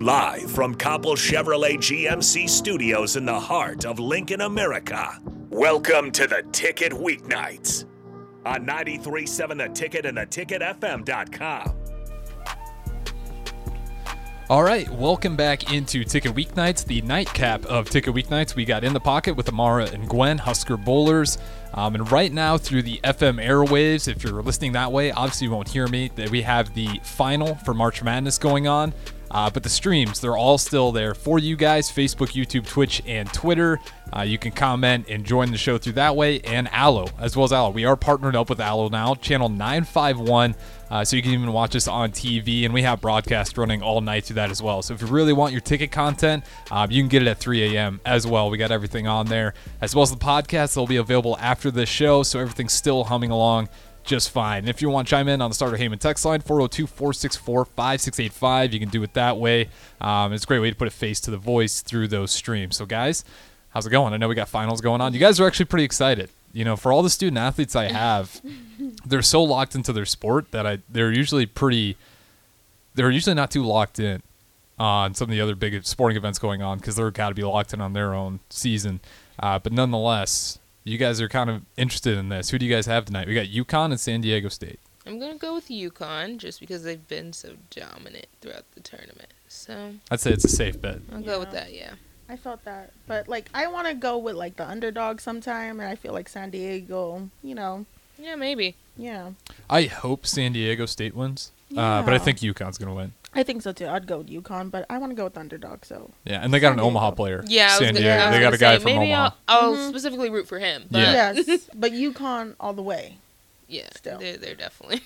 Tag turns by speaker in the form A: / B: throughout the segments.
A: Live from Copple Chevrolet GMC Studios in the heart of Lincoln, America. Welcome to the Ticket Weeknights on 937 The Ticket and theticketfm.com.
B: All right, welcome back into Ticket Weeknights, the nightcap of Ticket Weeknights. We got in the pocket with Amara and Gwen, Husker Bowlers. Um, and right now, through the FM airwaves, if you're listening that way, obviously you won't hear me. That we have the final for March Madness going on, uh, but the streams they're all still there for you guys: Facebook, YouTube, Twitch, and Twitter. Uh, you can comment and join the show through that way, and Allo as well as Allo. We are partnered up with Allo now, channel 951. Uh, so you can even watch us on TV, and we have broadcasts running all night through that as well. So if you really want your ticket content, um, you can get it at 3 a.m. as well. We got everything on there, as well as the podcast. They'll be available after this show, so everything's still humming along just fine. If you want to chime in on the Starter Heyman text line, 402 464 5685, you can do it that way. Um, it's a great way to put a face to the voice through those streams. So, guys, how's it going? I know we got finals going on. You guys are actually pretty excited. You know, for all the student athletes I have, they're so locked into their sport that I they're usually pretty they're usually not too locked in on some of the other big sporting events going on because they're got to be locked in on their own season. Uh, but nonetheless, you guys are kind of interested in this. Who do you guys have tonight? We got UConn and San Diego State.
C: I'm gonna go with UConn just because they've been so dominant throughout the tournament. So
B: I'd say it's a safe bet.
C: I'll go with
D: Yeah.
C: that. Yeah.
D: I felt that, but like I want to go with like the underdog sometime, and I feel like San Diego, you know,
C: Yeah, maybe.
D: yeah,
B: I hope San Diego State wins, uh, but I
D: Yeah.
B: think UConn's gonna win.
D: I think so too. I'd go with UConn, but I want to go with the underdog. So
B: Yeah, and they got
D: San
B: an
D: Diego.
B: Omaha player.
C: Yeah. I was
B: San
C: gonna,
B: Diego.
C: I was
B: they got
C: gonna
B: a guy
C: say,
B: from
C: maybe
B: Omaha.
C: I'll, I'll
D: Mhm.
C: specifically root for him. But
B: Yeah.
C: yeah.
D: yes, but UConn all the way. Still.
C: They're they're definitely.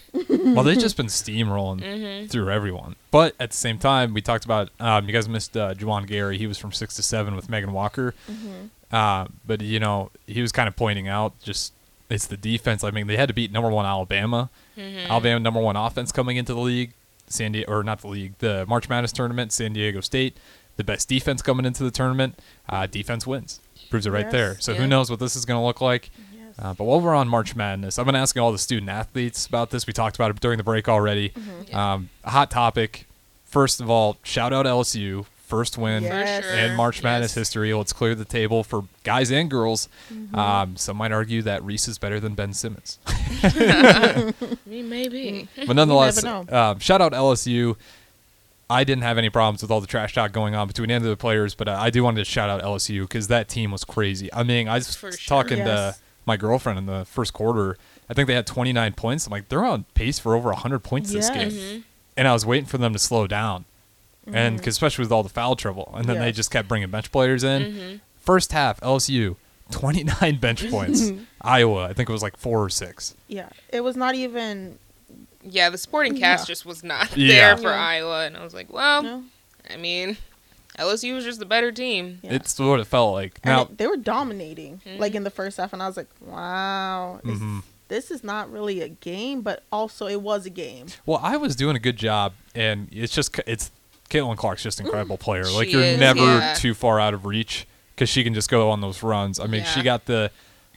B: well, they've just been steamrolling
C: Mm-hmm.
B: through everyone. But at the same time, we talked about um, you guys missed uh, Juwan Gary. He was from six to seven with Megan Walker. Uh, but you know, he was kind of pointing out just it's the defense. I mean, they had to beat number one Alabama.
C: mm-hmm,
D: Mm-hmm.
B: Alabama number one offense coming into the league. San Diego or not the league, the March Madness tournament. San Diego State, the best defense coming into the tournament. Uh, defense wins. Proves it right
D: Yes.
B: there. So who
C: Yeah.
B: knows what this is going to look like?
D: Yes.
B: Uh, but while we're on March Madness, I've been asking all the student athletes about this. We talked about it during the break already. Um, hot topic. First of all, shout out LSU. First win
D: Yes.
C: For sure.
B: in March Madness
C: Yes.
B: history. Let's clear the table for guys and girls.
C: Mm-hmm.
B: Um, some might argue that Reese is better than Ben Simmons.
C: I mean, maybe.
D: Mm-hmm.
B: But nonetheless,
D: know.
B: um, shout out LSU. I didn't have any problems with all the trash talk going on between the end of the players, but uh, I do want to shout out LSU because that team was crazy. I mean, I was
C: For sure.
B: talking
D: Yes.
B: to my girlfriend in the first quarter. I think they had 29 points. I'm like, they're on pace for over 100 points this
D: Yes.
B: game.
C: Mm-hmm.
B: And I was waiting for them to slow down, and 'cause especially with all the foul trouble. And then they
D: Mm-hmm. Yeah. Mm-hmm.
B: just kept bringing bench players in. First half, LSU, 29 bench points. Iowa, I think it was like four or six.
D: yeah, it was not even.
C: Yeah, the sporting cast
D: Yeah.
C: just was not
B: Yeah.
C: there for
D: Yeah.
C: Iowa, and I was like, well,
D: No,
C: I mean, LSU was just the better team.
D: yeah.
B: It's what it felt like.
D: and
B: Now,
D: it- they were dominating
C: Hmm?
D: like in the first half, and I was like, wow, is-
B: Mhm.
D: this is not really a game, but also it was a game.
B: Well, I was doing a good job, and it's just it's Caitlin Clark's just an incredible player. like
C: Mm, She
B: you're
C: is,
B: never
C: yeah.
B: too far out of reach because she can just go on those runs. I mean, she
C: Yeah.
B: got the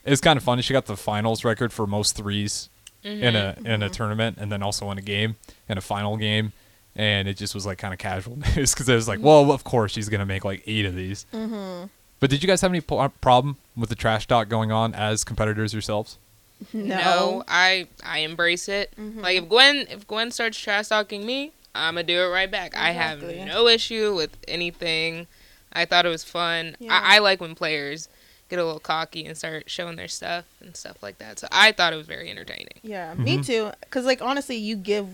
B: it's kind of funny. She got the finals record for most 3s
C: Mm-hmm,
B: in a in a tournament, and then also in a game in a final game. And it just was like kind of casual news because it was
C: Mm-hmm.
B: like, well, of course she's gonna make like eight of these. Mm-hmm. But did you guys have any po- problem with the trash talk going on as competitors yourselves?
C: No, I I embrace it.
D: Mm-hmm.
C: Like if Gwen if Gwen starts trash talking me, I'm gonna do it right back. I
D: Exactly.
C: have no issue with anything. I thought it was fun.
D: Yeah.
C: I, I like when players get a little cocky and start showing their stuff and stuff like that. So I thought it was very entertaining.
D: Yeah, me
B: Mhm.
D: too. Because like honestly, you give,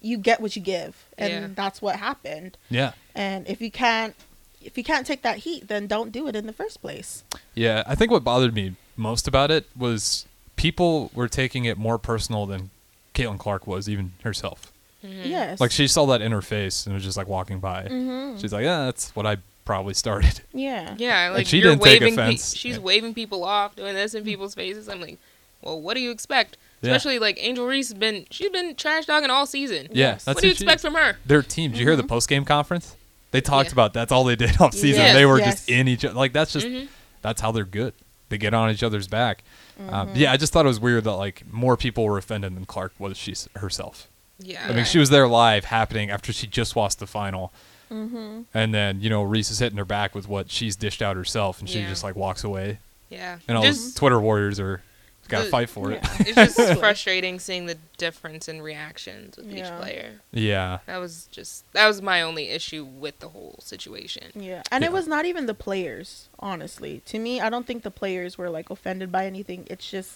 D: you get what you give, and
C: Yeah.
D: that's what happened.
B: Yeah,
D: And if you can't, if you can't take that heat, then don't do it in the first place.
B: Yeah, I think what bothered me most about it was people were taking it more personal than Caitlin Clark was, even herself.
D: Yes.
B: Like she saw that in her face and was just like walking by.
C: Mm-hmm.
D: Mhm.
B: She's like, "Yeah, that's what I probably started."
D: Yeah.
C: Yeah, like
B: she
C: you're
B: didn't take
C: waving pe-
B: offense.
C: she's
B: Yeah.
C: waving people off, doing this in people's faces. I'm like, well, what do you expect?
B: Yeah.
C: Especially like Angel Reese has been she's been trash dogging all season.
B: Yeah,
D: Yes.
B: that's
C: what do you
B: who she
C: expect
B: is.
C: from her?
B: Their team. Did you hear the post game conference? They talked
C: Yeah.
B: about that's all they did all season.
C: Yes,
B: they were
D: yes.
B: just in each other. Like that's just
C: Mm-hmm.
B: that's how they're good. They get on each other's back. Um,
C: Mm-hmm.
B: yeah, I just thought it was weird that like more people were offended than Clark was she herself.
C: Yeah.
B: I mean, she was there live happening after she just lost the final.
D: Mm-hmm.
B: And then, you know, Reese is hitting her back with what she's dished out herself, and she
C: Yeah.
B: just like walks away.
C: Yeah.
B: And all
C: Just-
B: the Twitter warriors are got to
C: The-
B: fight for it.
D: yeah.
C: it's just frustrating seeing the difference in reactions with
D: Yeah.
C: each player.
B: Yeah.
C: That was just that was my only issue with the whole situation.
D: Yeah, and it
B: Yeah.
D: was not even the players, honestly. To me, I don't think the players were like offended by anything. It's just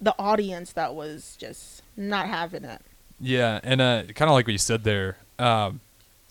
D: the audience that was just not having it.
B: Yeah, and uh, kind of like what you said there, um,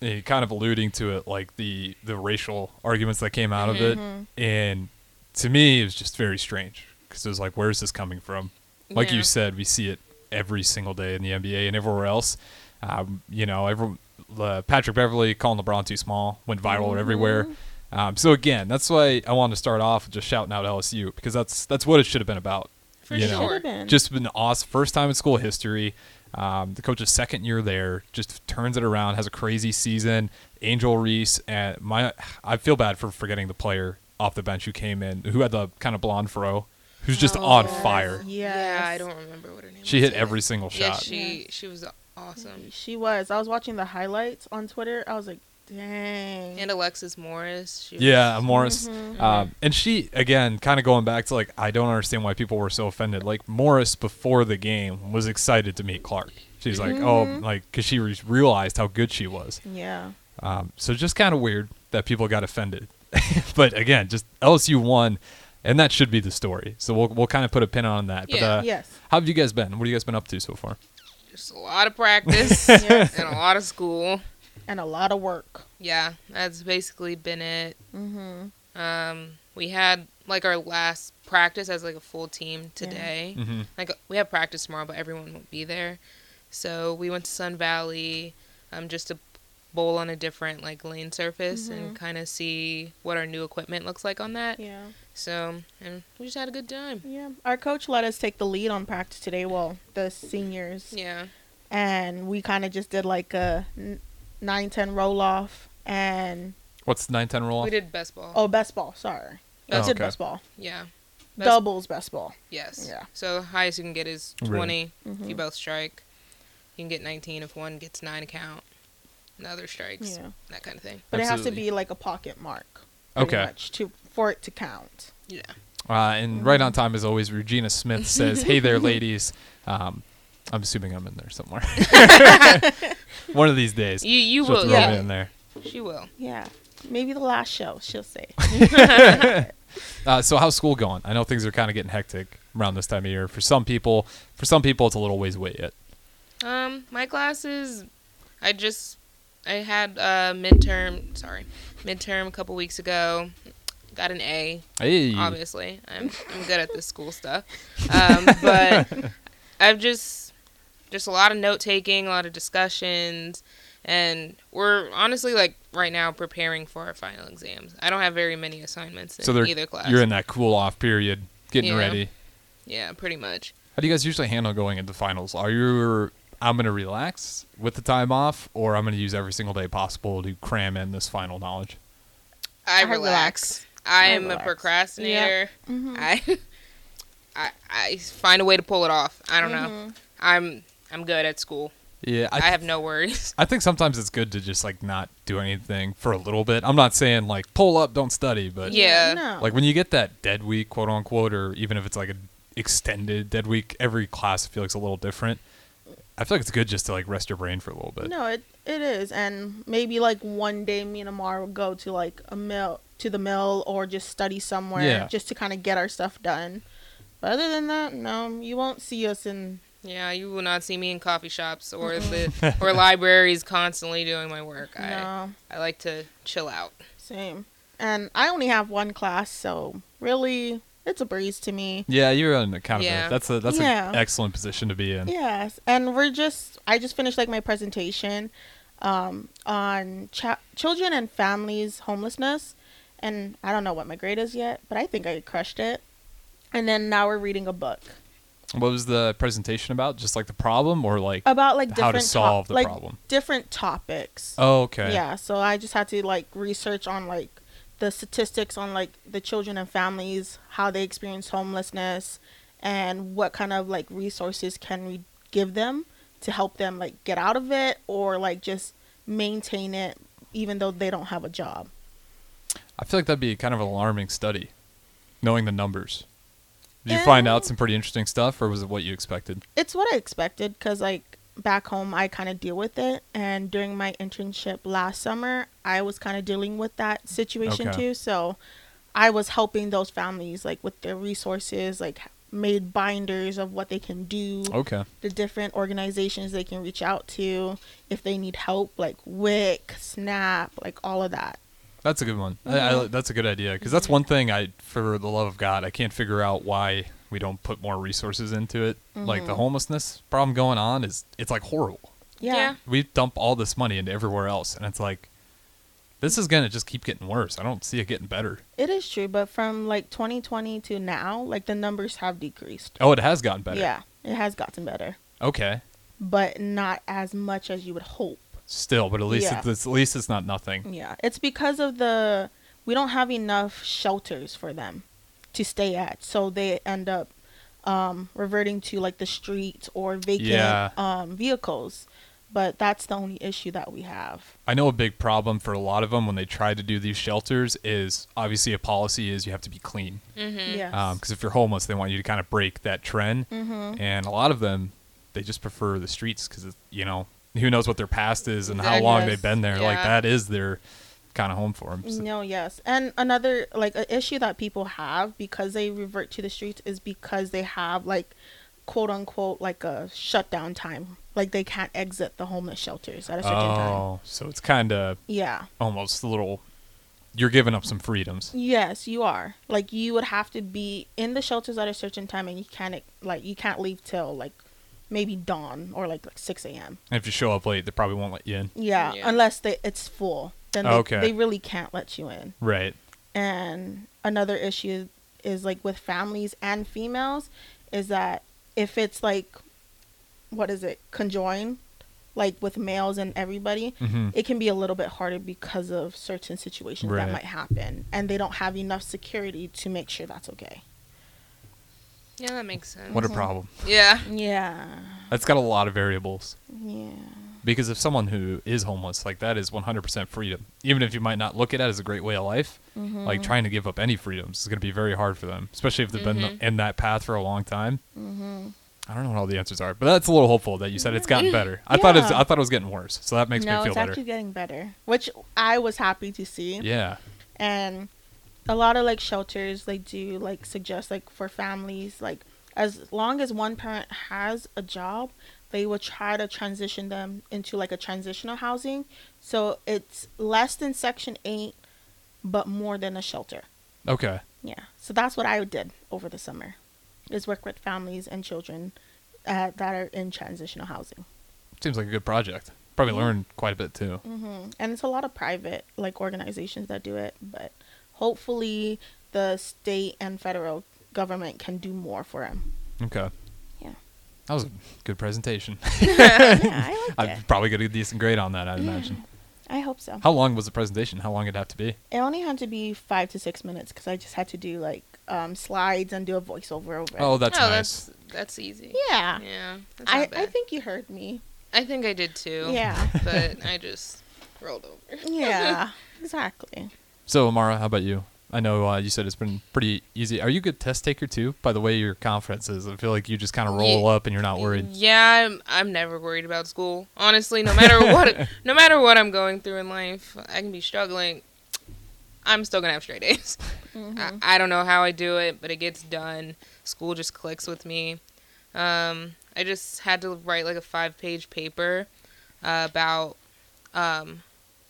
B: eh, kind of alluding to it, like the the racial arguments that came out of it, and to me, it was just very strange because it was like, where is this coming from? Like
C: Yeah.
B: you said, we see it every single day in the NBA and everywhere else. Um, you know, every, uh, Patrick Beverly calling LeBron too small went viral everywhere. Um, so again, that's why I wanted to start off just shouting out LSU because that's that's what it should have been about.
C: For
B: you
D: It
B: know,
C: sure.
D: should've been.
B: just been awesome. First time in school history. Um, the coach's second year there just turns it around, has a crazy season. Angel Reese and my, I feel bad for forgetting the player off the bench who came in, who had the kind of blonde fro, who's just
C: Oh,
B: on
C: yes.
B: fire.
D: Yes.
C: Yeah, I don't remember what her name
B: She
C: was
B: hit
C: either.
B: every single
C: Yeah,
B: shot.
C: she she was awesome.
D: She was. I was watching the highlights on Twitter. I was like, dang.
C: And Alexis Morris. She was, Mm-hmm.
B: Yeah, Morris. Um, and she, again, kind of going back to like, I don't understand why people were so offended. Like, Morris, before the game, was excited to meet Clark. She's like, oh,
C: Mm-hmm.
B: like, because she re- realized how good she was.
D: yeah.
B: Um, so just kind of weird that people got offended. but again, just LSU won, and that should be the story. So we'll we'll kind of put a pin on that.
C: Yeah.
B: But uh,
D: Yes.
B: how have you guys been? What have you guys been up to so far?
C: Just a lot of practice
D: Yeah.
C: and a lot of school.
D: And a lot of work.
C: Yeah, that's basically been it.
D: Mm-hmm.
C: Um, we had like our last practice as like a full team today.
B: Mm-hmm.
C: Like we have practice tomorrow, but everyone won't be there. So we went to Sun Valley, um, just to bowl on a different like lane surface and kind of see what our new equipment looks like on that.
D: Mm-hmm. Yeah.
C: So and we just had a good time.
D: Yeah. Our coach let us take the lead on practice today. Well, the seniors.
C: Yeah,
D: And we kind of just did like a n- 9 10 roll off and,
B: What's nine ten roll?
C: we did best ball.
D: oh, best ball. Sorry.
B: Oh,
D: I did
B: okay.
D: best ball.
C: Yeah. Best-
D: Doubles best ball.
C: Yes.
D: Yeah. Mm-hmm.
C: So the highest you can get is
B: Really?
C: 20 if you both strike. You can get 19 if one gets nine account. And the other strikes.
D: Yeah.
C: That kind of thing.
D: But it has to
B: Absolutely.
D: be like a pocket mark. pretty
B: Okay.
D: Much to, for it to count.
C: Yeah.
B: Uh, and right on time as always, Regina Smith says, "Hey there, ladies." Um, I'm assuming I'm in there somewhere. One of these days,
C: You you
B: she'll
C: will.
B: throw me
C: Yeah.
B: in there.
C: She will.
D: Yeah. Maybe the last show, she'll say.
B: Uh, so how's school going? I know things are kind of getting hectic around this time of year for some people. For some people, it's a little ways away yet.
C: Um, my classes, I just I had a midterm. Sorry, midterm a couple weeks ago. Got an A.
B: Hey,
C: Obviously, I'm I'm good at this school stuff. Um, but I've just just a lot of note taking, a lot of discussions, and we're honestly like right now preparing for our final exams. I don't have very many assignments in
B: so they're
C: either class.
B: you're in that cool off period, getting
C: Yeah.
B: ready.
C: yeah, pretty much.
B: How do you guys usually handle going into finals? Are you I'm going to relax with the time off, or I'm going to use every single day possible to cram in this final knowledge?
C: I,
D: I
C: relax.
D: relax.
C: I
D: I
C: am
D: relax. Mm-hmm.
C: a procrastinator. I, I I find a way to pull it off. I don't
D: Mm-hmm.
C: know. I'm I'm good at school.
B: Yeah,
C: I,
B: I,
C: have no worries.
B: I think sometimes it's good to just like not do anything for a little bit. I'm not saying like pull up, don't study, but
C: Yeah.
D: No.
B: like when you get that dead week, quote unquote, or even if it's like an extended dead week, every class I feel like's a little different. I feel like it's good just to like rest your brain for a little bit.
D: no, it it is, and maybe like one day me and Amar will go to like a mill to the mill or just study somewhere
B: Yeah.
D: just to kind of get our stuff done. But other than that, no, you won't see us in.
C: Yeah, you will not see me in coffee shops or the or libraries constantly doing my work. I
D: No,
C: I like to chill out.
D: same. And I only have one class, so really, it's a breeze to me.
B: Yeah, you're on kind of
C: Yeah.
B: a, that's a that's
D: Yeah.
B: an excellent position to be in.
D: Yes, and we're just I just finished like my presentation um, on cha- children and families homelessness, and I don't know what my grade is yet, but I think I crushed it. And then now we're reading a book
B: What was the presentation about? Just like the problem, or like
D: about like different
B: How to solve the
D: like,
B: problem.
D: different topics.
B: oh, okay,
D: Yeah, so I just had to like research on like the statistics on like the children and families, how they experience homelessness, and what kind of like resources can we give them to help them like get out of it or like just maintain it even though they don't have a job.
B: I feel like that'd be kind of an alarming study, knowing the numbers. Did you find
D: Um,
B: out some pretty interesting stuff, or was it what you expected?
D: It's what I expected because, like, back home, I kind of deal with it. And during my internship last summer, I was kind of dealing with that situation
B: Okay.
D: too. So I was helping those families, like, with their resources, like, made binders of what they can do,
B: Okay.
D: the different organizations they can reach out to if they need help, like WIC, SNAP, like, all of that.
B: That's a good one. I, I, that's a good idea because that's one thing I, for the love of God, I can't figure out why we don't put more resources into it. Like
D: Mm-hmm.
B: the homelessness problem going on is it's like horrible.
C: Yeah.
B: We dump all this money into everywhere else, and it's like this is gonna just keep getting worse. I don't see it getting better.
D: It is true, but from like 2020 to now, like the numbers have decreased.
B: Oh, it has gotten better.
D: Yeah, it has gotten better,
B: Okay.
D: but not as much as you would hope.
B: Still, but at least
D: Yeah. Mm-hmm.
B: it's, at least it's not nothing.
D: Yeah, it's because of the we don't have enough shelters for them to stay at, so they end up um, reverting to like the streets or vacant
B: Yeah.
D: um, vehicles. But that's the only issue that we have.
B: I know a big problem for a lot of them when they try to do these shelters is obviously a policy is you have to be clean.
D: Yes.
B: because if you're homeless, they want you to kind of break that trend.
D: Mm-hmm.
B: And a lot of them, they just prefer the streets because you know who knows what their past is and how long they've been there. Like
C: Yeah.
B: that is their kind of home for them.
D: No, yes. And another like an issue that people have because they revert to the streets is because they have like quote unquote like a shutdown time. Like they can't exit the homeless shelters at a certain time.
B: oh, so it's kind of
D: Yeah.
B: almost a little. You're giving up some freedoms.
D: Yes, you are. Like you would have to be in the shelters at a certain time and you can't like you can't leave till like maybe dawn or like like six AM.
B: And if you show up late, they probably won't let you in.
D: Yeah.
C: Yeah.
D: Unless they it's full. Then they,
B: Okay.
D: they really can't let you in.
B: Right.
D: and another issue is like with families and females is that if it's like what is it conjoined like with males and everybody
B: hmm
D: it can be a little bit harder because of certain situations
B: Right.
D: that might happen and they don't have enough security to make sure that's okay
C: Yeah, that makes sense.
D: Mm-hmm.
B: What a problem.
C: Yeah.
D: yeah
B: That's got a lot of variables.
D: yeah
B: Because if someone who is homeless, like that is 100% freedom. Even if you might not look at it as a great way of life,
D: Mm-hmm,
B: like trying to give up any freedoms is going to be very hard for them, especially if they've been
D: Mm-hmm.
B: in that path for a long time. I don't know what all the answers are, but that's a little hopeful that you said it's gotten better. I thought it's,
D: Mm-hmm. Yeah.
B: I thought it was getting worse, so that makes
D: no
B: me feel
D: it's
B: better.
D: actually getting better which i was happy to see
B: yeah,
D: and a lot of like shelters they do like suggest like for families like as long as one parent has a job they will try to transition them into like a transitional housing so it's less than section 8 but more than a shelter
B: okay,
D: yeah so that's what i did over the summer is work with families and children uh, that are in transitional housing
B: seems like a good project. Probably
D: Mm-hmm.
B: learned quite a bit too.
D: and it's a lot of private like organizations that do it but hopefully the state and federal government can do more for them
B: Okay,
D: yeah
B: that was a good presentation.
D: yeah i like
B: I'm
D: it
B: probably gonna get a decent grade on that, I'd imagine.
D: i hope so
B: How long was the presentation? How long it'd have to be?
D: it only had to be five to six minutes because i just had to do like um, slides and do a voiceover over it
B: Oh, that's
C: oh,
B: nice.
C: that's that's easy.
D: yeah
C: Yeah. That's
D: I,
C: not bad.
D: I think you heard me
C: I think I did too.
D: yeah
C: But I just rolled over.
D: yeah exactly
B: So, Amara, how about you? I know uh, you said it's been pretty easy. Are you a good test taker too? By the way, your conference is. I feel like you just kind of roll
C: Ye- Mm-hmm.
B: up and you're not worried.
C: Yeah, I'm, I'm never worried about school. Honestly, no matter what, no matter what I'm going through in life, I can be struggling. I'm still gonna have straight A's. I, I don't know how I do it, but it gets done. School just clicks with me. Um, I just had to write like a five-page paper uh, about um,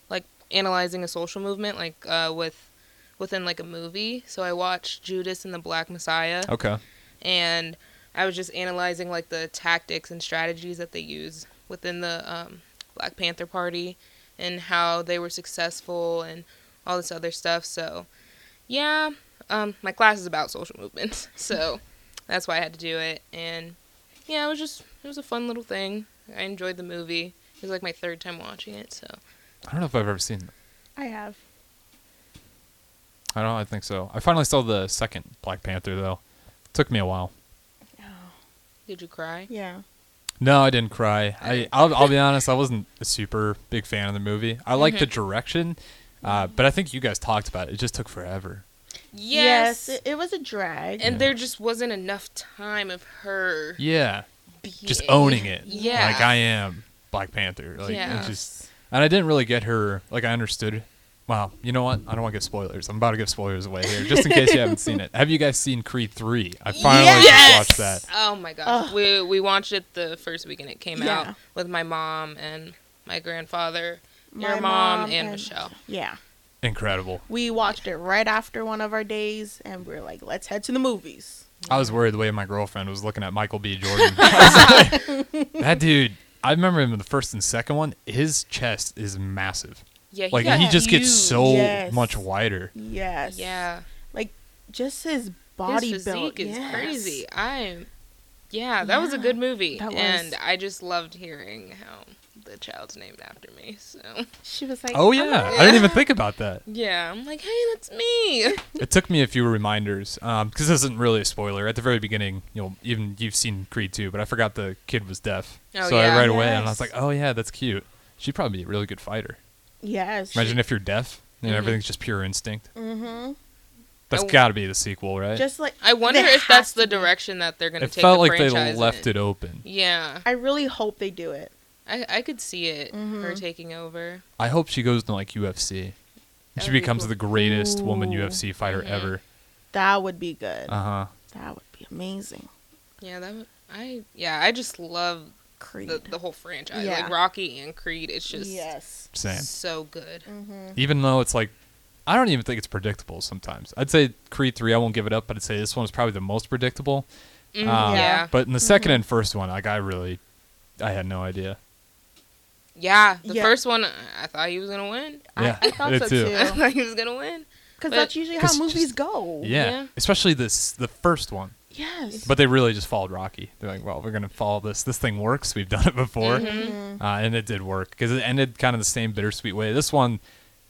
C: like analyzing a social movement, like uh, with within like a movie. So I watched Judas and the Black Messiah
B: Okay.
C: and I was just analyzing like the tactics and strategies that they use within the um, Black Panther Party and how they were successful and all this other stuff. So, yeah, um, my class is about social movements, so that's why I had to do it. And yeah, it was just it was a fun little thing. I enjoyed the movie. It was like my third time watching it, so
B: I don't know if I've ever seen. That.
D: i have
B: I don't. I think so. I finally saw the second Black Panther though. took me a while.
C: did you cry?
D: yeah
B: No, I didn't cry. I I'll, I'll be honest. I wasn't a super big fan of the movie. I like
C: Mm-hmm.
B: the direction, uh, but I think you guys talked about it. It just took forever.
C: Yes.
D: it, it was a drag.
C: and there just wasn't enough time of her
B: Yeah,
C: being.
B: just owning it.
C: Yeah.
B: like I am Black Panther. Like
C: Yeah.
B: it just and I didn't really get her. Like I understood. Wow, you know what? I don't want to give spoilers. I'm about to give spoilers away here, just in case you haven't seen it. Have you guys seen Creed three? I finally just watched that.
C: Oh my gosh.
D: Ugh.
C: We we watched it the first weekend it came
D: Yeah.
C: out with my mom and my grandfather,
D: My
C: your mom,
D: mom
C: and,
D: and-
C: Michelle.
D: yeah.
B: Incredible.
D: We watched it right after one of our days, and we are like, let's head to the movies.
B: I was worried the way my girlfriend was looking at Michael B. Jordan. I was like, that dude, I remember him in the first and second one. His chest is massive.
C: Yeah,
B: Like
C: got
B: he just gets
C: huge.
B: so
D: Yes.
B: much wider.
D: Yes.
C: Yeah.
D: Just his body
C: His
D: build.
C: physique is
D: yes.
C: crazy. I'm Yeah, that was a
D: Yeah,
C: good movie.
D: that was.
C: And I just loved hearing how the child's named after me. So
D: She was like,
B: Oh yeah, I didn't even think about that.
C: Yeah, I'm like, hey, that's me.
B: It took me a few reminders because this isn't really a spoiler. At the very beginning, you know, even you've seen Creed 2, but I forgot the kid was deaf.
C: Oh,
B: so
C: yeah.
B: I right away and I was
D: Yes.
B: like, oh yeah, that's cute. She'd probably be a really good fighter.
D: Yes.
B: Imagine if you're deaf and
C: Mhm.
B: everything's just pure instinct.
D: Mm-hmm.
B: That's
C: I w-
B: got to be the sequel, right?
D: Just like
C: I wonder
D: They
C: if that's
D: have
C: the
D: to be.
C: direction that they're gonna
B: it
C: take
B: felt
C: the
B: like they
C: franchise
B: left
C: in.
B: it open.
C: Yeah.
D: I really hope they do it.
C: I, I could see it her
D: Mhm.
C: taking over.
B: I hope she goes to like UFC.
C: That
B: She
C: would be
B: becomes
C: cool.
B: the greatest woman
D: Ooh.
B: UFC fighter
C: Mhm.
B: ever.
D: That would be good.
B: Uh huh.
D: that would be amazing.
C: Yeah, that would, I yeah I just love
D: Creed.
C: the, the whole franchise
D: Yeah.
C: like Rocky and Creed. It's just
D: yes.
B: Same.
C: so good.
D: Mm-hmm.
B: Even though it's like, I don't even think it's predictable sometimes. I'd say Creed 3, I won't give it up, but I'd say this one is probably the most predictable.
D: Mm-hmm.
C: Mm,
B: Um,
C: yeah,
B: But in the 2nd and first one, like, I really, I had no idea.
C: yeah. The
D: Yeah.
C: first one I thought he was gonna win.
B: Yeah,
D: I, I thought
B: I
D: so
B: did too.
D: too.
C: I thought he was gonna win.
D: Because
C: But-
D: that's usually how
B: 'Cause
D: movies
B: just-
D: go.
B: Yeah.
C: Yeah.
B: Especially this, the first one.
D: Yes.
B: But they really just followed Rocky. They're like, well, we're going to follow this. This thing works. We've done it before.
C: Mm-hmm.
D: Mhm.
B: Uh, and it did work because it ended kind of the same bittersweet way. This one,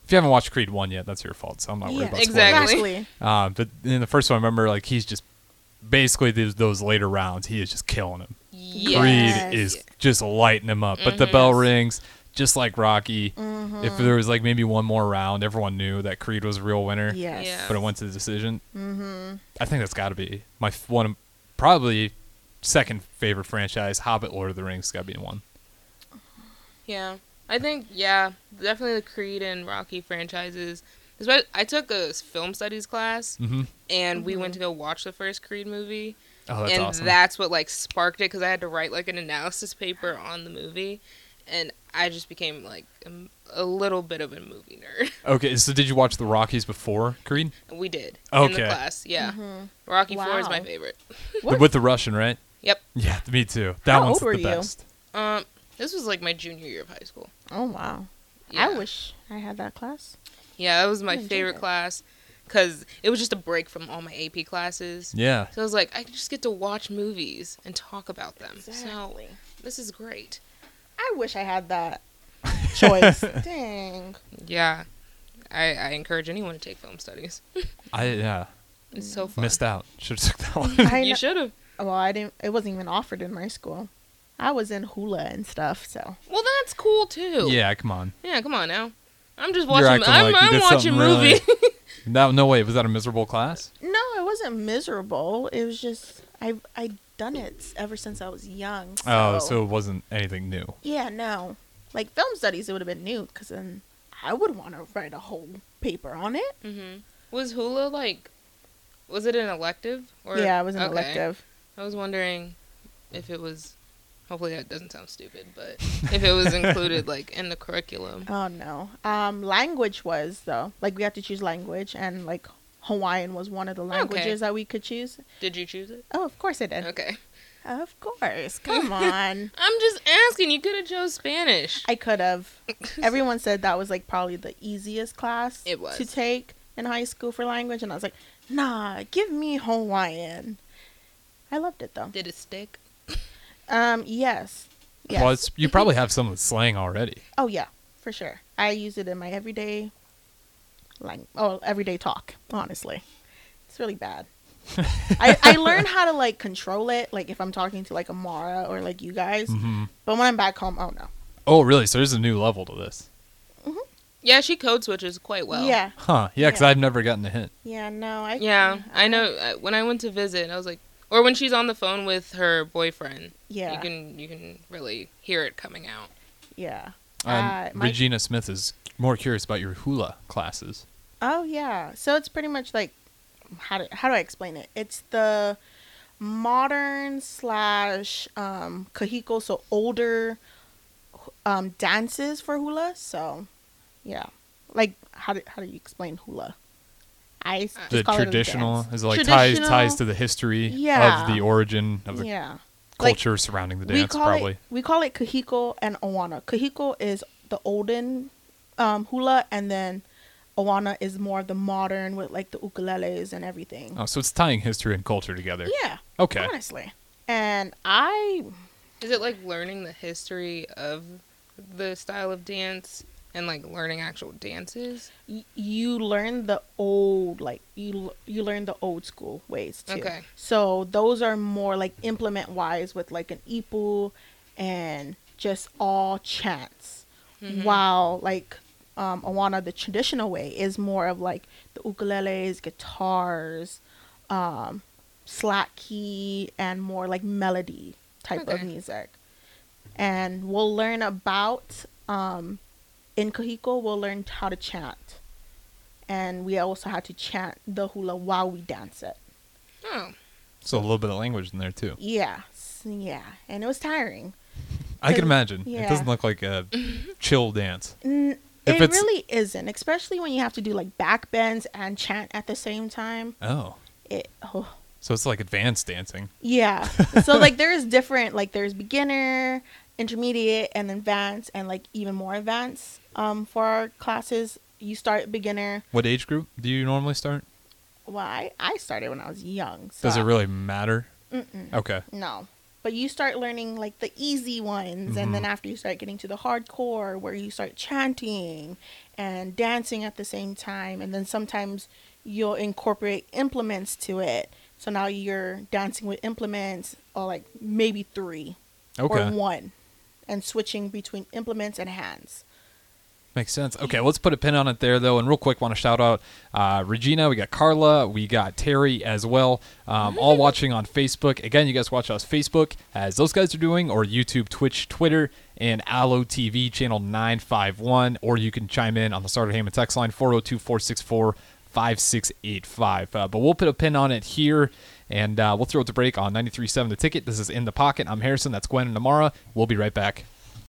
B: if you haven't watched Creed 1 yet, that's your fault. So I'm not worried
D: Yeah.
B: about spoilers.
C: Exactly.
B: Uh, but in the first one, I remember like he's just basically those, those later rounds, he is just killing him.
C: Yes.
B: Creed is just lighting him up. But the
C: Mhm.
B: bell rings, just like Rocky.
D: Mhm.
B: If there was like maybe one more round, everyone knew that Creed was a real winner.
D: Yes.
C: Yeah.
B: But it went to the decision.
D: Mm-hmm.
B: I think that's got to be my f- one, of- probably second favorite franchise. Hobbit, Lord of the Rings, got to be one.
C: Yeah, I think yeah, definitely the Creed and Rocky franchises. Espe- I took a film studies class
B: Mm-hmm.
C: and we went to go watch the first Creed movie.
B: Oh, that's
C: and
B: awesome.
C: that's what like sparked it because I had to write like an analysis paper on the movie, and I just became like a- a little bit of a movie nerd.
B: okay, so did you watch the Rockies before Creed?
C: We did in
B: Okay.
C: the class, yeah.
D: Mhm.
C: Rocky Four is
D: Wow.
C: my favorite.
B: The- With the Russian, right?
C: Yep.
B: Yeah, me too. That
D: How
B: one's
D: old
B: the
D: were you?
B: best.
C: Um, this was like my junior year of high school.
D: Oh wow.
C: Yeah.
D: I wish I had that class.
C: Yeah, that was my
D: I enjoyed
C: favorite
D: it.
C: class because it was just a break from all my AP classes.
B: Yeah.
C: So I was like, I just get to watch movies and talk about them. So this is great.
D: I wish I had that choice. Dang.
C: Yeah, I, I encourage anyone to take film studies.
B: I yeah
C: It's so fun.
B: missed out. Should have took that one.
D: Mm. I
C: you
D: know-
C: should have.
D: well, I didn't. It wasn't even offered in my school. I was in hula and stuff. So
C: Well, that's cool too.
B: yeah, come on.
C: Yeah, come on now. I'm just
B: You're
C: watching.
B: acting
C: I'm,
B: like you
C: I'm
B: did
C: watching
B: something
C: movie.
B: really- No, no way. Was that a miserable class?
D: no, it wasn't miserable. It was just I I done it ever since I was young. So,
B: Oh, so it wasn't anything new.
D: yeah, no, like film studies, it would have been new because then I would want to write a whole paper on it.
C: hmm Was Hula like? Was it an elective? Or...
D: yeah, I was an
C: okay.
D: elective.
C: I was wondering if it was. Hopefully that doesn't sound stupid, but if it was included like in the curriculum.
D: Oh no, um, language was though. Like we had to choose language, and like Hawaiian was one of the languages that we could choose.
C: Did you choose it?
D: Oh, of course I did.
C: Okay.
D: Of course. Come on.
C: I'm just asking. You could have chose Spanish.
D: I could have. Everyone said that was like probably the easiest class
C: It was.
D: to take in high school for language, and I was like, nah, give me Hawaiian. I loved it though.
C: Did it stick?
D: Um, yes, yes.
B: Well, it's, you probably have some of the slang already.
D: oh yeah, for sure. I use it in my everyday, like, oh, everyday talk. Honestly, it's really bad. I, I learned how to like control it, like if I'm talking to like Amara or like you guys.
B: Mm-hmm.
D: But when I'm back home, oh no.
B: Oh, really? So there's a new level to this.
C: Yeah, she code switches quite well.
D: yeah,
B: Huh. Yeah, because
D: Yeah.
B: I've never gotten a hint.
D: yeah, no, I
C: Yeah, I know. I- When I went to visit, I was like, or when she's on the phone with her boyfriend,
D: yeah,
C: you can you can really hear it coming out.
D: yeah.
B: Um,
D: Uh, my-
B: Regina Smith is more curious about your hula classes.
D: Oh yeah. So it's pretty much like how do how do I explain it? It's the modern slash um kahiko, so older um dances for hula. So yeah, like how do how do you explain hula? I s- just
B: The
D: call it a
B: traditional
D: dance.
B: is it like ties ties
D: Traditional,
B: to the history
D: Yeah.
B: of the origin of the
D: yeah. Like,
B: culture surrounding the
D: we
B: dance,
D: call
B: probably.
D: it we call it kahiko and awana. Kahiko is the olden um, hula, and then awana is more of the modern with like the ukuleles and everything.
B: Oh, so it's tying history and culture together.
D: Yeah,
B: Okay.
D: honestly. And I
C: Is it like learning the history of the style of dance and like learning actual dances?
D: y- you learn the old like you l- you learn the old school ways too.
C: Okay.
D: So those are more like implement wise with like an ipu and just all chants. While like um awana the traditional way is more of like the ukuleles, guitars, um slack key and more like melody type of
C: Okay.
D: music. And we'll learn about um in Kahiko, we'll learn how to chant. And we also had to chant the hula while we dance it.
C: Oh,
B: So a little bit of language in there too.
D: Yeah. s- Yeah. And it was tiring.
B: I
D: Cause-
B: can imagine. It
D: yeah.
B: doesn't look like a chill dance.
D: N-
B: If
D: it
B: it's-
D: really isn't, especially when you have to do like back bends and chant at the same time.
B: Oh.
D: It, oh,
B: So it's like advanced dancing.
D: Yeah. so like there is different like there's beginner, intermediate, and advanced, and like even more advanced. Um, for our classes, you start beginner.
B: What age group do you normally start?
D: Why I started when I was young. So
B: Does it really matter? Okay.
D: No. But you start learning like the easy ones, and
B: Mm-hmm.
D: then after you start getting to the hardcore, where you start chanting and dancing at the same time, and then sometimes you'll incorporate implements to it. So now you're dancing with implements, or like maybe three
B: Okay.
D: or one, and switching between implements and hands.
B: Makes sense. Okay, let's put a pin on it there, though. And real quick, want to shout out uh, Regina. We got Carla. We got Terry as well. Um, all watching on Facebook. Again, you guys watch us Facebook as those guys are doing, or YouTube, Twitch, Twitter, and Allo TV channel 951. Or you can chime in on the Starter Heyman text line 402 464 5685. Uh, But we'll put a pin on it here. And uh, we'll throw it to break on 93.7 The Ticket. This is In the Pocket. I'm Harrison. That's Gwen and Amara. We'll be right back.